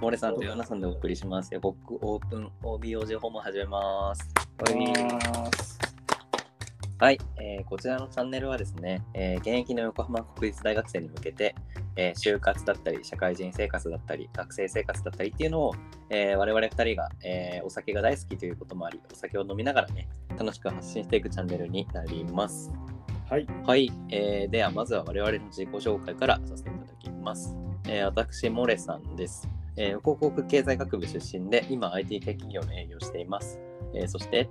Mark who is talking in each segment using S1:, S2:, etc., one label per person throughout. S1: モレさんとヨナさんでお送りします。ヤボックオープン OBOJ 訪問始めます。はい、えーこちらのチャンネルはですね、えー現役の横浜国立大学生に向けて、えー就活だったり、社会人生活だったり、学生生活だったりっていうのを、えー我々2人が、えーお酒が大好きということもあり、お酒を飲みながらね、楽しく発信していくチャンネルになります。
S2: はい。
S1: はい、えーではまずは我々の自己紹介からさせていただきます。えー私、モレさんです、えー広告経済学部出身で、今 IT 系企業の営業をしています。えーそして、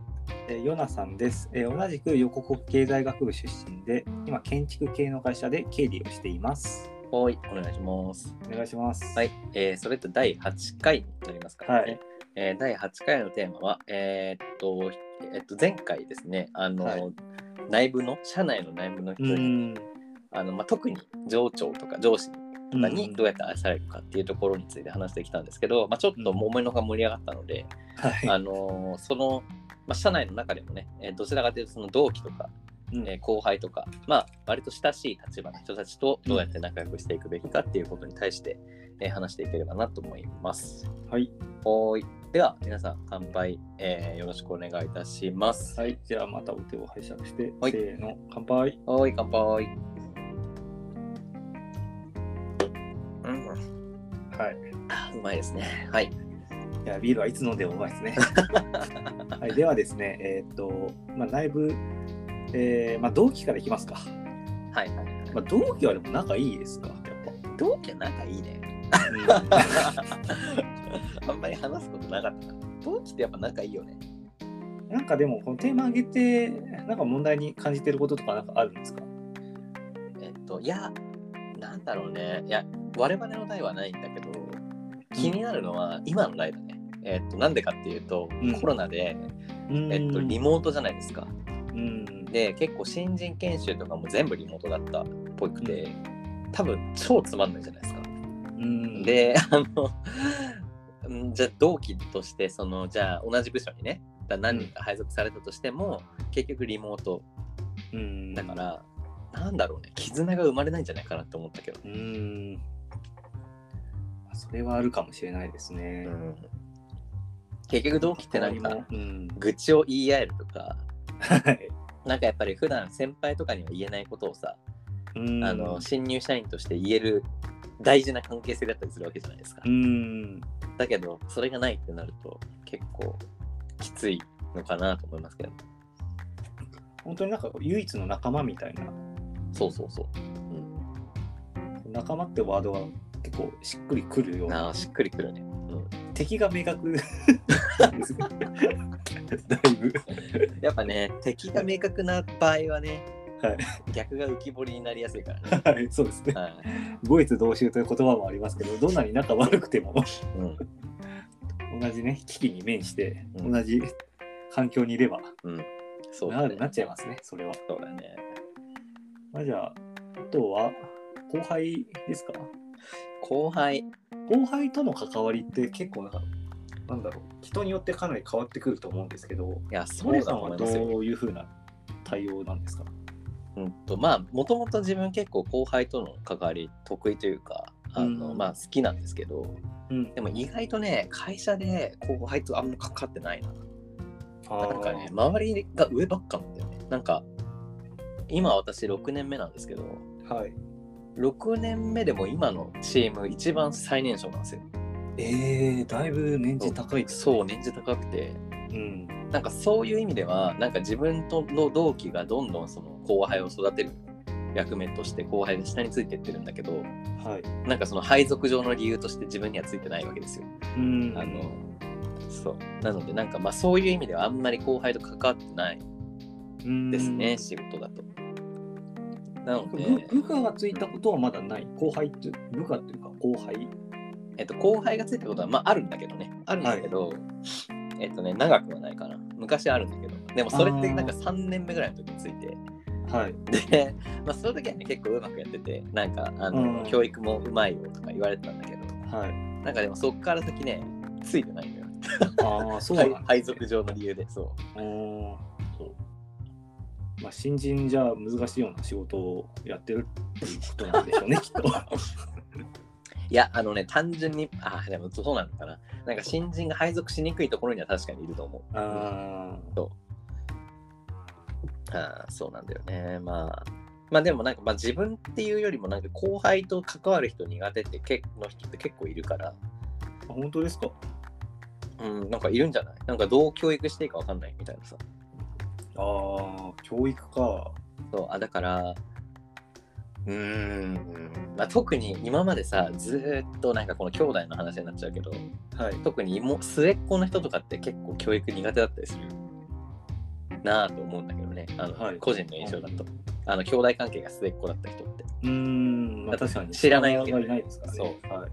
S2: えーヨナさんです。えー同じく横国経済学部出身で、今建築系の会社で経理をしています。
S1: おい、お願いします。
S2: お願いします。
S1: はい。、えーそれと第8回になりますからね。
S2: はい
S1: えー第8回のテーマは、えーっと、えっと、前回ですね、あの、
S2: はい
S1: 内部の、社内の内部の人
S2: う
S1: に、
S2: ん。
S1: あのまあ、特に上長とか上司とかにどうやって愛されるかっていうところについて話してきたんですけど、まあ、ちょっと桃のが盛り上がったので、
S2: は
S1: あのーその、まあ、社内の中でもね、えーどちらかというとその同期とか、
S2: い。うん
S1: えー後輩とか、まあ、割と親しい立場の人たちとどうやって仲良くしていくべきかっていうことに対して、えー話していければなと思います。
S2: はい。
S1: はーい。では、皆さん、乾杯、えーよろしくお願いいたします。
S2: はい。じゃあまたお手を拝借して、
S1: はい
S2: せーの、乾杯。
S1: はーい、乾杯。うん
S2: はい。
S1: あうまいですね。はい。
S2: いや、ビールはいつ飲んでもうま いですね。はい、ではですね、えーっと、まあ、内部、えーまあ、同期からいきますか。
S1: はいはいはい。
S2: まあ、同期はでも仲いいですか、やっ
S1: 同期は仲いいね。
S2: ぱ。
S1: あんまり話すことなかったな。同期ってやっぱ仲いいよね。
S2: うんなんかでも、このテーマ上げて、なんか問題に感じてることとかなんかあるんですか
S1: えっと、いや、なんだろうね。いや、我々の代はないんだけど、気になるのは今の代だね。えっと、なんでかっていうと、
S2: うん
S1: コロナで、
S2: うん
S1: えっと、リモートじゃないですか。
S2: うん。
S1: で、結構新人研修とかも全部リモートだったっぽくて、多分超つまんないじゃないですか。
S2: うん、
S1: であのうんじゃあ同期としてそのじゃあ同じ部署にねだ何人か配属されたとしても、結局リモート
S2: うん、
S1: だから、なんだろうね絆が生まれないんじゃないかなって思ったけど、
S2: うん。まあそれはあるかもしれないですね。
S1: 結局同期ってなんか
S2: うん。
S1: 愚痴を言い合えるとか
S2: はい。
S1: なんかやっぱり普段先輩とかには言えないことをさ、
S2: うん
S1: あの新入社員として言える大事な関係性だったりするわけじゃないですか、
S2: うん。
S1: だけどそれがないってなると結構きついのかなと思いますけど
S2: 本当になんか唯一の仲間みたいな
S1: そうそうそう
S2: 仲間ってワードが結構しっくりくるような
S1: あーしっくりくるね。
S2: 敵が明 確ですねだいぶ
S1: やっぱね、敵が明確な場合はね、
S2: は
S1: 逆が浮き彫りになりやすいから ね。
S2: はいそう ですね
S1: はい
S2: 五越同州という言葉もありますけどどんなに仲悪くても
S1: うん
S2: 同じね危機に面して
S1: うん
S2: 同じ環境にいれば
S1: そう
S2: な
S1: だ
S2: るな
S1: ね。
S2: っちゃいますねそれは、
S1: そうだね
S2: まあ、じゃああとは後輩ですか
S1: 後輩、
S2: 後輩との関わりって結構なんかなんだろう人によってかなり変わってくると思うんですけど
S1: いや、そ
S2: モレ
S1: う
S2: さ
S1: だ
S2: ん
S1: と思
S2: はいど
S1: ますよ。
S2: ういうふうな対応なんですか
S1: うんとまあ、もともと自分結構後輩との関わり得意というか、あの
S2: うん
S1: まあ、好きなんですけど、
S2: うん
S1: でも意外とね、会社で後輩とあんま関わってないな。
S2: な
S1: なんかね、周りが上ばっかなんだよね。なんか、今私6年目なんですけど、
S2: はい
S1: 6年目でも今のチーム一番最年少なんですよ。
S2: えー、だいぶ年次高いです、
S1: そう、年次高くて。
S2: うん。
S1: なんかそういう意味では、なんか自分との同期がどんどんその後輩を育てる役目として後輩が下についてってるんだけど、
S2: はい。
S1: なんかその配属上の理由として自分にはついてないわけですよ。
S2: うん
S1: あの、そう。なのでなんかまあそういう意味ではあんまり後輩と関わってないですね、仕事だと。なの
S2: 部
S1: で、
S2: 部下がついたことはまだない。後輩って、部下っていうか後輩。
S1: えっと、後輩がついたことは、まあ、あるんだけどね。あるんだけど、えっとね、長くはないかな。昔あるんだけど。でも、それってなんか3年目ぐらいの時について。
S2: はい。
S1: で、 まあ、その時はね、結構うまくやってて、なんか、あ
S2: う
S1: の、
S2: ん
S1: 教育もうまいよとか言われてたんだけど、
S2: はい。
S1: なんかでも、そっから先ね、ついてないのよ。
S2: ああ、そうなん
S1: 配
S2: だ
S1: 配属上の理由で、そ
S2: おーまあ、新人じ ゃ難しいような仕事をやってるっていうことなんでしょうね、きっ
S1: う。
S2: と。
S1: いや、あのね、単純に、あ、でもそうなのかな。なんか新人が配属しにくいところには確かにいると思う。
S2: あー
S1: あーそうなんだよね。まあ、まあでもなんか、まあ、自分っていうよりもなんか後輩と関わる人苦手ってけの人って結構いるから、
S2: あ本当ですか
S1: うん、なんかいるんじゃないなんかどう教育していいかわかんないみたいなさ。
S2: ああ教育か
S1: そうあだからうーん、まあ、特に今までさずーっとなんかこの兄弟の話になっちゃうけど
S2: はい
S1: 特に妹末っ子の人とかって結構教育苦手だったりするなあと思うんだけどねあの、
S2: はい
S1: 個人の印象だと、あの兄弟関係が末っ子だった人って
S2: うーん、まあ、
S1: だって
S2: 確かに
S1: 知らないわ
S2: わ
S1: け
S2: け
S1: だよ
S2: な
S1: ね
S2: いですからねはい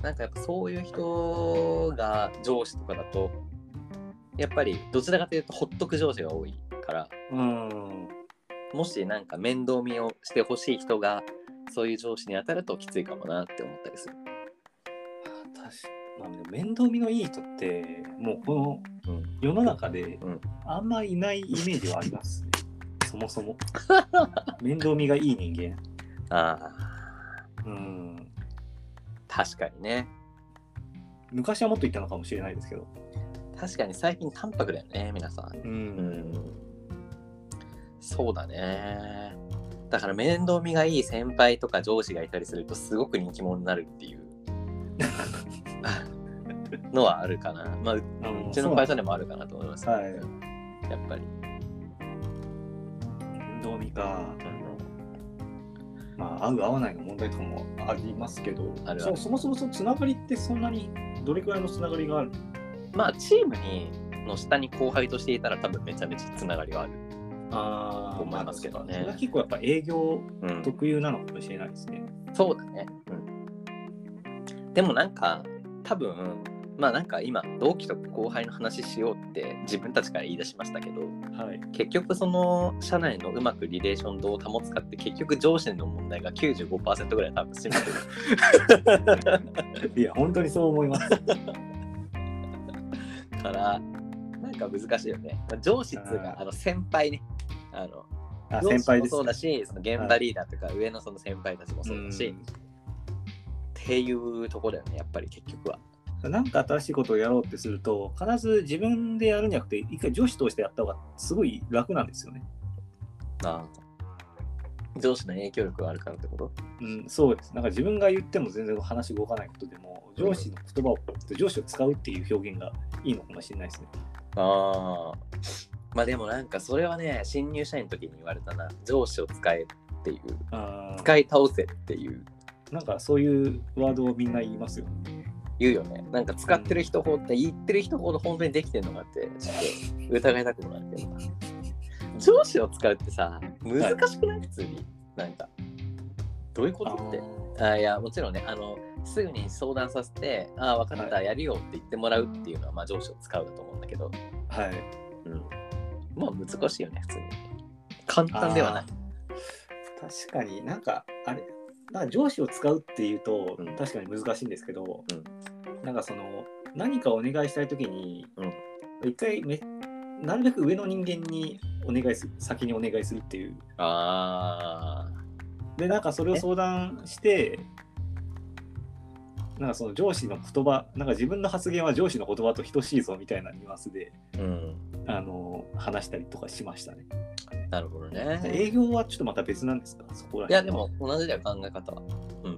S1: なんかやっぱそういう人が上司とかだとやっぱりどちらかというとほっとく上司が多いから
S2: うーん
S1: もしなんか面倒見をしてほしい人がそういう上司に当たるときついかもなって思ったりする。
S2: 確かまあでも面倒見のいい人ってもうこの
S1: うん
S2: 世の中で
S1: うん
S2: あんまいないイメージはありますね、そ もそも面倒見がいい人
S1: あ
S2: 間うん
S1: あ、確かにね。
S2: 昔はもっといたのかもしれないですけど
S1: 確かに最近淡白だよね、皆さん。
S2: う
S1: うんん。そうだね。だから面倒見がいい先輩とか上司がいたりするとすごく人気者になるっていう のはあるかな。まあ、う
S2: あの
S1: ち
S2: そ
S1: の
S2: うな
S1: 会
S2: んです
S1: 社でもあるかなと思います。
S2: はい
S1: やっぱり。
S2: 面倒見かまあ合う合わないの問題とかもありますけど
S1: あるある
S2: そうそもそもそのつながりってそんなにどれくらいのつながりがある
S1: まあ、チームにの下に後輩としていたら多分めちゃめちゃつながりはある。
S2: あ
S1: と思いますけどね
S2: それは結構やっぱ営業
S1: うん
S2: 特有なのかもしれないですね。
S1: そうだね。うん、でもなんか多分まあなんか今同期と後輩の話しようって自分たちから言い出しましたけど
S2: はい。
S1: 結局その社内のうまくリレーションどう保つかって結局上司の問題が95%ぐらい多分占めてる
S2: いや、本当にそう思 います。
S1: から なんか難しいよね。まあ上司っつうか
S2: あー
S1: あの先輩ね。あの
S2: あ
S1: 上
S2: 先
S1: 司
S2: 輩
S1: も
S2: です
S1: そうだ
S2: ね。
S1: し、その現場リーダーとか上のその先輩たちもそうだし、っていうとこだよねやっぱり結局は。
S2: うんなんか新しいことをやろうってすると、必ず自分でやるんじゃなくて、一回上司通してやった方がすごい楽なんですよね。
S1: ああ上司の影響力があるからってこと
S2: うん、そうです。なんか自分が言っても全然話動かないことでも、上司の言葉を、上司を使うっていう表現がいいのかもしれないですね。
S1: ああ。まあでもなんかそれはね、新入社員の時に言われたな、上司を使えっていう、
S2: あー
S1: 使い倒せっていう、
S2: なんかそういうワードをみんな言いますよ。
S1: 言うよね。なんか使ってる人ほどって言ってる人ほど本当にできてるのかって、ちょっと疑いたくもなるけどな。上司を使うってさ、難しくない普通に。なんか、どういうことって。あいやもちろんねあのすぐに相談させて「ああ分かった、
S2: は
S1: やるよ」って言ってもらうっていうのは、まあ、上司を使うだと思うんだけど、
S2: はい。
S1: うん、まあ難しいよね普通に簡単ではない
S2: あー確かになんかあれなんか上司を使うっていうと、
S1: うん
S2: 確かに難しいんですけど、なんかその何かお願いしたい時に、一回めなるべく上の人間にお願いする先にお願いするっていう
S1: あ
S2: でなんかそれを相談してなんかその上司の言葉なんか自分の発言は上司の言葉と等しいぞみたいなニュアンスで
S1: あうん
S2: あの話したりとかしましたね
S1: なるほど
S2: 営
S1: ね
S2: 業はちょっとまた別なんですかそこ
S1: い
S2: ら辺
S1: や
S2: は
S1: でも同じだよ考え方はう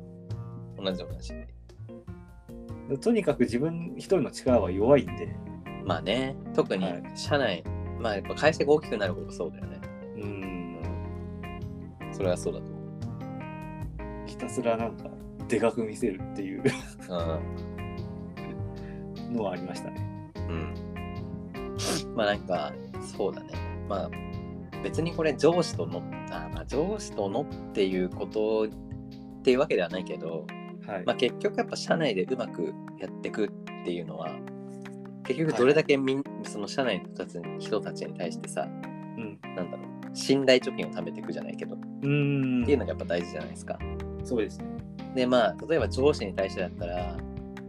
S1: ん同じ同じ
S2: とにかく自分一人の力は弱いんで、
S1: まあね特に
S2: はい
S1: 社内、まあやっぱ会社が大きくなるほどそうだよね
S2: うん、
S1: それはそうだと思う
S2: ひたすらなんか、でかく見せるっていう
S1: う ん
S2: のはありましたね。
S1: うん。まあなんか、そうだね。まあ、別にこれ上司との、あまあ上司とのっていうことっていうわけではないけど、
S2: はい。
S1: まあ結局やっぱ社内でうまくやっていくっていうのは、結局どれだけみん、その社内の人たちに人たちに対してさ、
S2: うん。
S1: なんだろう、信頼貯金を貯めていくじゃないけど、っ
S2: うーん。
S1: ていうのがやっぱ大事じゃないですか。
S2: そうですね。
S1: でまあ例えば上司に対してだったら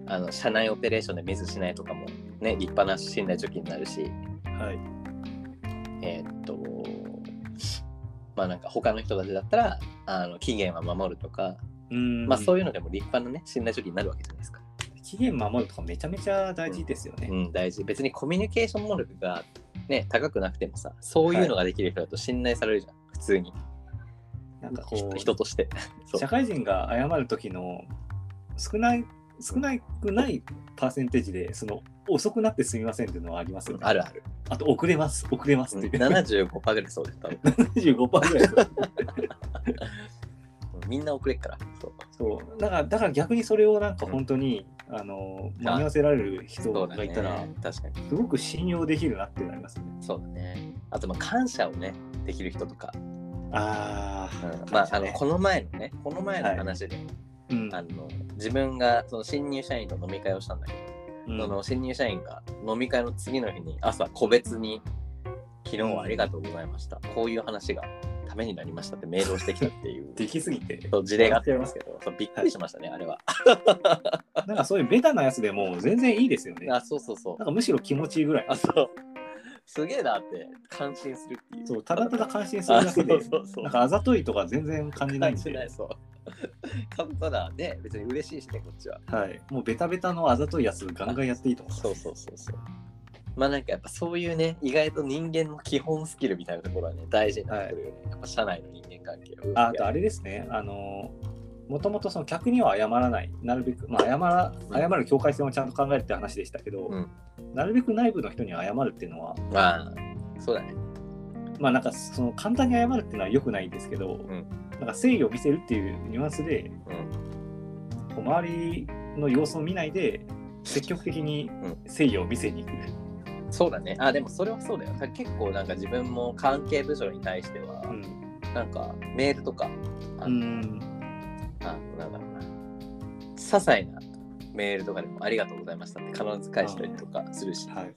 S1: あの社内オペレーションでミスしないとかもね立派な信頼貯金になるし
S2: はい。
S1: えーっとまあなんか他の人たちだったらあの期限は守るとか
S2: ううん
S1: まあ、そうういうのでも立派なね、信頼処理になるわけじゃないですか。
S2: 期限守るとかめちゃめちゃ大事ですよね。
S1: うん、大事。別にコミュニケーション能力が、ね、高くなくてもさ、そういうのができる人だと信頼されるじゃん、普通に。
S2: なんかこう
S1: 人として。そう
S2: 社会人が謝る時の少ない少なくないパーセンテージでその遅くなってすみませんっていうのはありますよね。
S1: あるある。
S2: あと遅れます遅れます
S1: う
S2: っ
S1: ん
S2: ていう、
S1: 75%ぐらいそうです、 多分。
S2: 25%ぐらいです。
S1: みんな遅れっから。そう
S2: そうだからだから逆にそれをなんか本当に、あの
S1: あ
S2: 間に合わせられる人
S1: そう
S2: が
S1: だ
S2: いたら、
S1: ね。確かに。
S2: すごく信用できるなってなりますね。
S1: そうだね。あと、まあ、感謝をね、できる人とか。
S2: ああ、
S1: まあ、あの、この前のね、この前の話で、
S2: うん
S1: あの、自分が、その、新入社員と飲み会をしたんだけど、
S2: うん
S1: その新入社員が飲み会の次の日に朝個別に「昨日はありがとうございました」こういう話がためになりましたってメールをしてきたっていう
S2: できすぎて、
S1: そう事例があったんですけどそうびっくりしましたね、あれは。
S2: なんかそういうベタなやつでも全然いいですよね。な。
S1: あそうそうそうん
S2: かむしろ気持ちいいぐらい。
S1: あそう。すげえなって感心するっていう。
S2: そうただただ感心す
S1: あ
S2: るだ
S1: そ
S2: けで
S1: う、そうそう。
S2: なんかあざといとか全然感じないん
S1: 感じな
S2: で
S1: い、、そう。 ただただね、別に嬉しいしね、こっちは。
S2: はい、もうベタベタのあざといやつガンガンやっていいと思
S1: そうそうそうそう。まあなんかやっぱそういうね、意外と人間の基本スキルみたいなところはね、大事になってくるよね。やっぱ社内の人間関係を。
S2: ああとあれですね、あのもともとその客には謝らない、なるべく、まあ、謝ら
S1: うん
S2: 謝る境界線をちゃんと考えるって話でしたけど、
S1: うん
S2: なるべく内部の人に謝るっていうのは、
S1: まあ、そうだね。
S2: まあ、なんかその簡単に謝るっていうのは良くないですけど、
S1: ん
S2: なんか誠意を見せるっていうニュアンスで、
S1: うん。
S2: こう周りの様子を見ないで、積極的に
S1: ん
S2: 誠意を見せに行く。
S1: そうだね。あ、でもそれはそうだよ。結構なんか自分も関係部署に対しては、
S2: うん
S1: なんかメールとか、あの
S2: うん
S1: あの、なんだろうな、些細なメールとかでもありがとうございましたって必ず返したりとかするし、
S2: はい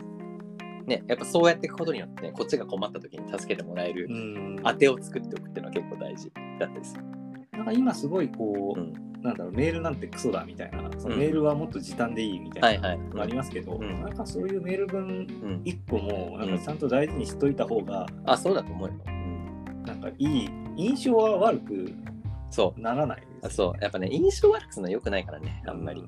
S1: ね、やっぱそうやっていくことによって、こっちが困った時に助けてもらえる
S2: うん
S1: 当てを作っておくっていうのは結構大事だったりする。
S2: なんか今すごいこう、
S1: うん
S2: なんだろうメールなんてクソだみたいなその
S1: うん
S2: メールはもっと時短でいいみた
S1: はいい
S2: な
S1: はい
S2: のありますけど、
S1: うん
S2: なんかそういうメール文
S1: うん。
S2: 一個もなんかちゃんと大事にしといた方が
S1: あ、そうだと思うよ。うん
S2: なんかいい印象は悪く
S1: そう。
S2: ならないですね
S1: あそう。やっぱね、印象悪くするのは良くないからね、あんまり。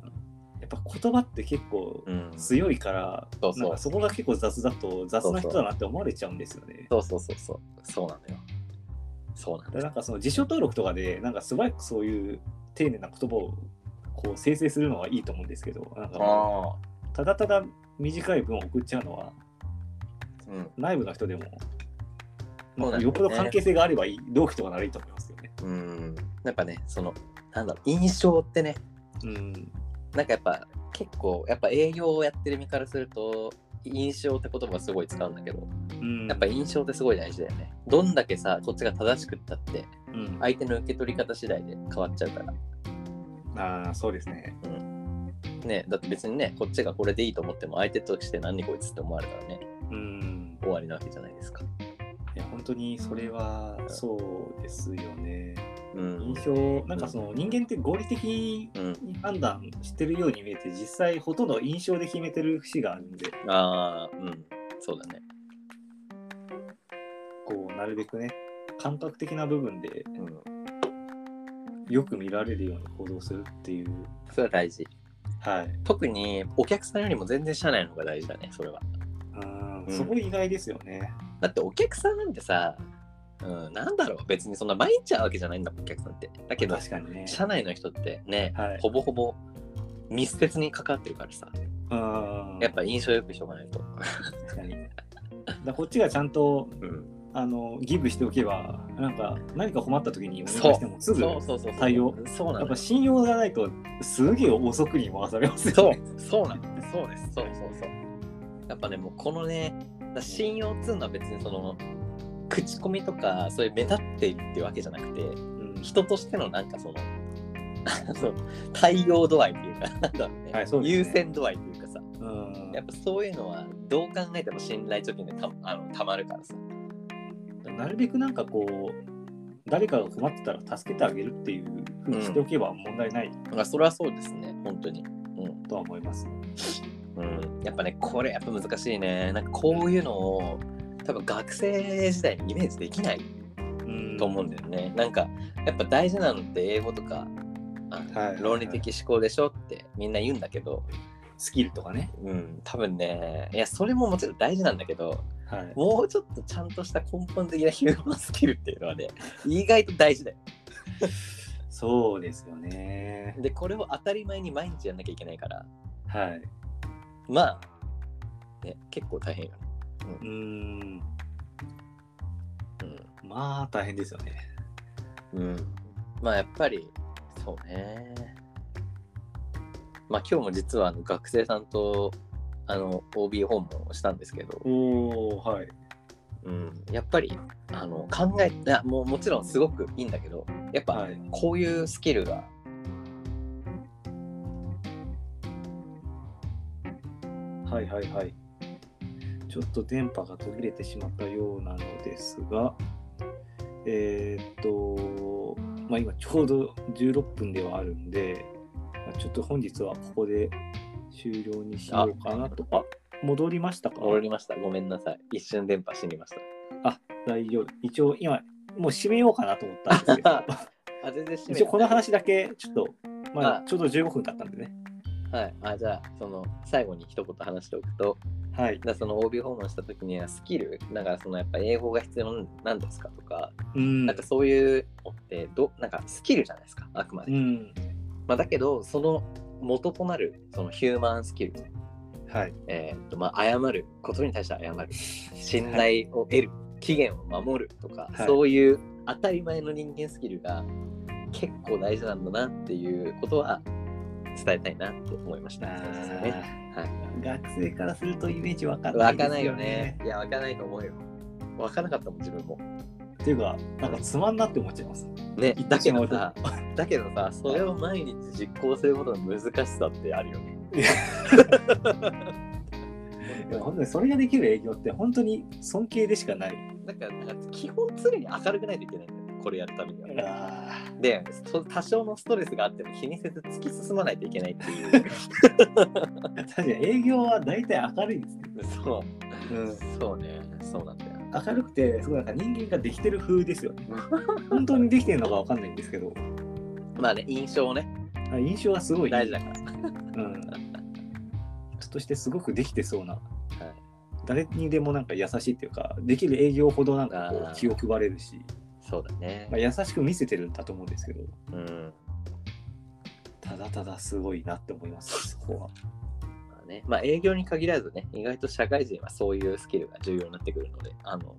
S2: やっぱ言葉って結構
S1: うん。
S2: 強いから、
S1: そうそう
S2: なんかそこが結構雑だと雑な人だなって思われちゃうんですよね。
S1: そうそうそうそう。そうなんだよ。そうなんだ
S2: でなんかその辞書登録とかでなんか素早くそういう丁寧な言葉をこう生成するのはいいと思うんですけどなんかもう
S1: ああ。
S2: ただただ短い文を送っちゃうのは
S1: うん。
S2: 内部の人でも、
S1: そうなんだよね
S2: まあよっぽど関係性があればいい同期とかならいいと思いますよね。
S1: うん。やっぱね、その、なんだろう、印象ってね、
S2: うん、
S1: なんかやっぱ結構、やっぱ営業をやってる身からすると、印象って言葉すごい使うんだけど、
S2: うん
S1: やっぱ印象ってすごい大事だよね。どんだけさ、こっちが正しくったって、
S2: うん
S1: 相手の受け取り方次第で変わっちゃうから。
S2: ああそうですね。
S1: ね、だって別にね、こっちがこれでいいと思っても、相手として何こいつって思われたらね、
S2: うん、
S1: 終わりなわけじゃないですか。
S2: いや本当にそれはそうですよね。
S1: うん。
S2: 印象なんかその人間って合理的
S1: うん。
S2: に判断してるように見えて実際ほとんど印象で決めてる節があるんで
S1: ああ、うん。そうだね。
S2: こうなるべくね感覚的な部分で
S1: うん。
S2: よく見られるように行動するっていう
S1: それは大事。
S2: はい
S1: 特にお客さんよりも全然社内の方が大事だねそれは
S2: うん
S1: うん
S2: そこ意外ですよね。
S1: だってお客さんなんてさ、うん、なんだろう別にそんな毎日会うわけじゃないんだもんお客さんってだけど
S2: 確かにね。
S1: 社内の人ってね、
S2: はい
S1: ほぼほぼ密接に関わってるからさ
S2: うん
S1: やっぱ印象よくしとかないと、
S2: 確かに。だからこっちがちゃんと
S1: うん、
S2: あのギブしておけばなんか何か困った時にお願い
S1: そう
S2: してもすぐ
S1: そう
S2: や
S1: そうそうそう
S2: 対応
S1: そうな
S2: っ
S1: の
S2: ぱ信用がないとすげえ遅くに回されます
S1: そ
S2: よ、ね。
S1: うそうなんですそうですそうそうそうやっぱねもうこのね信用っつうのは別にその口コミとかそういう目立っているっていうわけじゃなくて
S2: うん
S1: 人としてのなんかそのあの対応度合いっていうかなんだろうね、
S2: はいそうですね
S1: 優先度合いっていうかさ
S2: うん
S1: やっぱそういうのはどう考えても信頼貯金でたあのたまるからさ
S2: なるべくなんかこう誰かが困ってたら助けてあげるっていうふうにしておけば問題ない
S1: まあそれはそうですね本当にうん、
S2: とは思います。
S1: うん、やっぱねこれやっぱ難しいねなんかこういうのを多分学生時代にイメージできない
S2: うん
S1: と思うんだよね、なんかやっぱ大事なのって英語とかあの
S2: はいはいはい
S1: 論理的思考でしょってみんな言うんだけど、
S2: スキルとかね。
S1: うん、多分ねいやそれももちろん大事なんだけど
S2: はい。
S1: もうちょっとちゃんとした根本的なヒューマンスキルっていうのは ね意外と大事だよ
S2: そうですよね。
S1: でこれを当たり前に毎日やんなきゃいけないから
S2: はい。
S1: まあ、ね、結構大変よね、
S2: うーん。
S1: うん、
S2: まあ、大変ですよね。
S1: うん、まあやっぱりそうねまあ今日も実はあの学生さんとあの OB 訪問をしたんですけど、
S2: おおはい。
S1: うん、やっぱりあの考えいやもうもちろんすごくいいんだけどやっぱ
S2: はい。
S1: こういうスキルが
S2: はいはいはい。ちょっと電波が途切れてしまったようなのですが、えーっと、まあ今ちょうど16分ではあるんで、まあちょっと本日はここで終了にしようかなと。あ戻りましたか
S1: 戻りましたごめんなさい一瞬電波死にまし
S2: あ、大丈夫。一応今、もう締めようかなと思ったんです けど
S1: た、あ全然閉めて
S2: 一応この話だけちょっと、ま
S1: あ
S2: あちょうど15分経ったんでね。
S1: はいあじゃあその最後に一言話しておくと
S2: はい
S1: だ。からその OB 訪問した時にはスキルだからそのやっぱ英語が必要なんですかとか
S2: うん。
S1: なんかそういうのってどなんかスキルじゃないですかあくまで、
S2: うん。
S1: まあ、だけどその元となるそのヒューマンスキル、
S2: はい。
S1: えーっとまあ、謝ることに対して謝 る信頼を得る期限を守るとか、
S2: はい
S1: そういう当たり前の人間スキルが結構大事なんだなっていうことは伝えたいなって思いました。そうですよね
S2: あー学生からするとイメージわかんな
S1: わ
S2: い
S1: か
S2: で
S1: んな
S2: す
S1: いよ
S2: よ
S1: ね
S2: ね。。
S1: いや、わかんないと思うよ。わかんなかったもん、自分も。
S2: っていうか、なんかつまんなって思っちゃいます。
S1: ね、
S2: 言って
S1: だけ
S2: しま
S1: ど
S2: うと
S1: さ、 だけどさ、それを毎日実行することの難しさってあるよね。
S2: いや本当にそれができる営業って本当に尊敬でしかない。
S1: だから、なんか基本常に明るくないといけないんだよね、これやるためには。
S2: あ
S1: で、そ多少のストレスがあっても気にせず突き進まないといけないっていう。
S2: ー確かに営業は大体明るいですね。
S1: そう、
S2: うん
S1: そうね、そうなんだよ。
S2: 明るくて、すごいなんか人間ができてる風ですよね。本当にできてるのかわかんないんですけど、
S1: まあね、印象をね、
S2: あ印象はすごい
S1: 大事だから。
S2: うん、人としてすごくできてそうな、
S1: い
S2: 誰にでもなんか優しいっていうかできる営業ほどなんかこ
S1: あー
S2: う気を配れるし、
S1: そうだね
S2: まあ、。優しく見せてるんだと思うんですけど
S1: うん。
S2: ただただすごいなって思いますそこは
S1: まあね、まあ営業に限らずね、意外と社会人はそういうスキルが重要になってくるので、あの、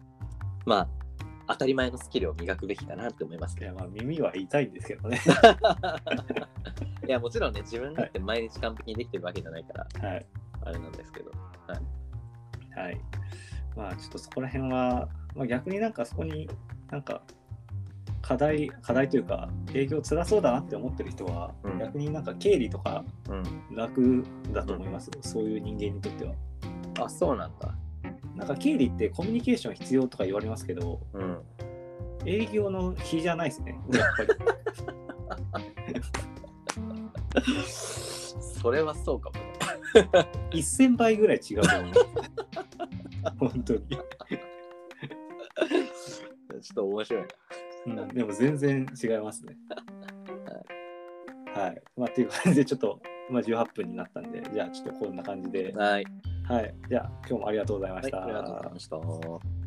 S1: まあ、当たり前のスキルを磨くべきだなって思います
S2: い
S1: け
S2: や
S1: ど。
S2: まあ耳は痛いんですけどね、
S1: いや、もちろんね、自分だって毎日完璧にできてるわけじゃないから、
S2: はい
S1: あれなんですけど。
S2: はい、まあちょっとそこら辺は、まあ、逆になんかそこになんか課題課題というか営業辛そうだなって思ってる人は、
S1: うん
S2: 逆になんか経理とか
S1: うん。
S2: 楽だと思います、そういう人間にとっては。
S1: あ、そうなんだ。
S2: なんか経理ってコミュニケーション必要とか言われますけど、
S1: うん。
S2: 営業の比じゃないですね、やっぱり。
S1: それはそうかもね。
S2: 1000倍ぐらい違うと思います。 本当に、
S1: ちょっと面白いな。
S2: うん でも全然違いますね。はい。まあ、っていう感じで、ちょっと、まあ、18分になったんで、じゃあ、ちょっとこんな感じで、
S1: はい。
S2: はい。じゃあ、今日もありがとうございま
S1: は
S2: し
S1: い、
S2: た。
S1: ありがとうございました。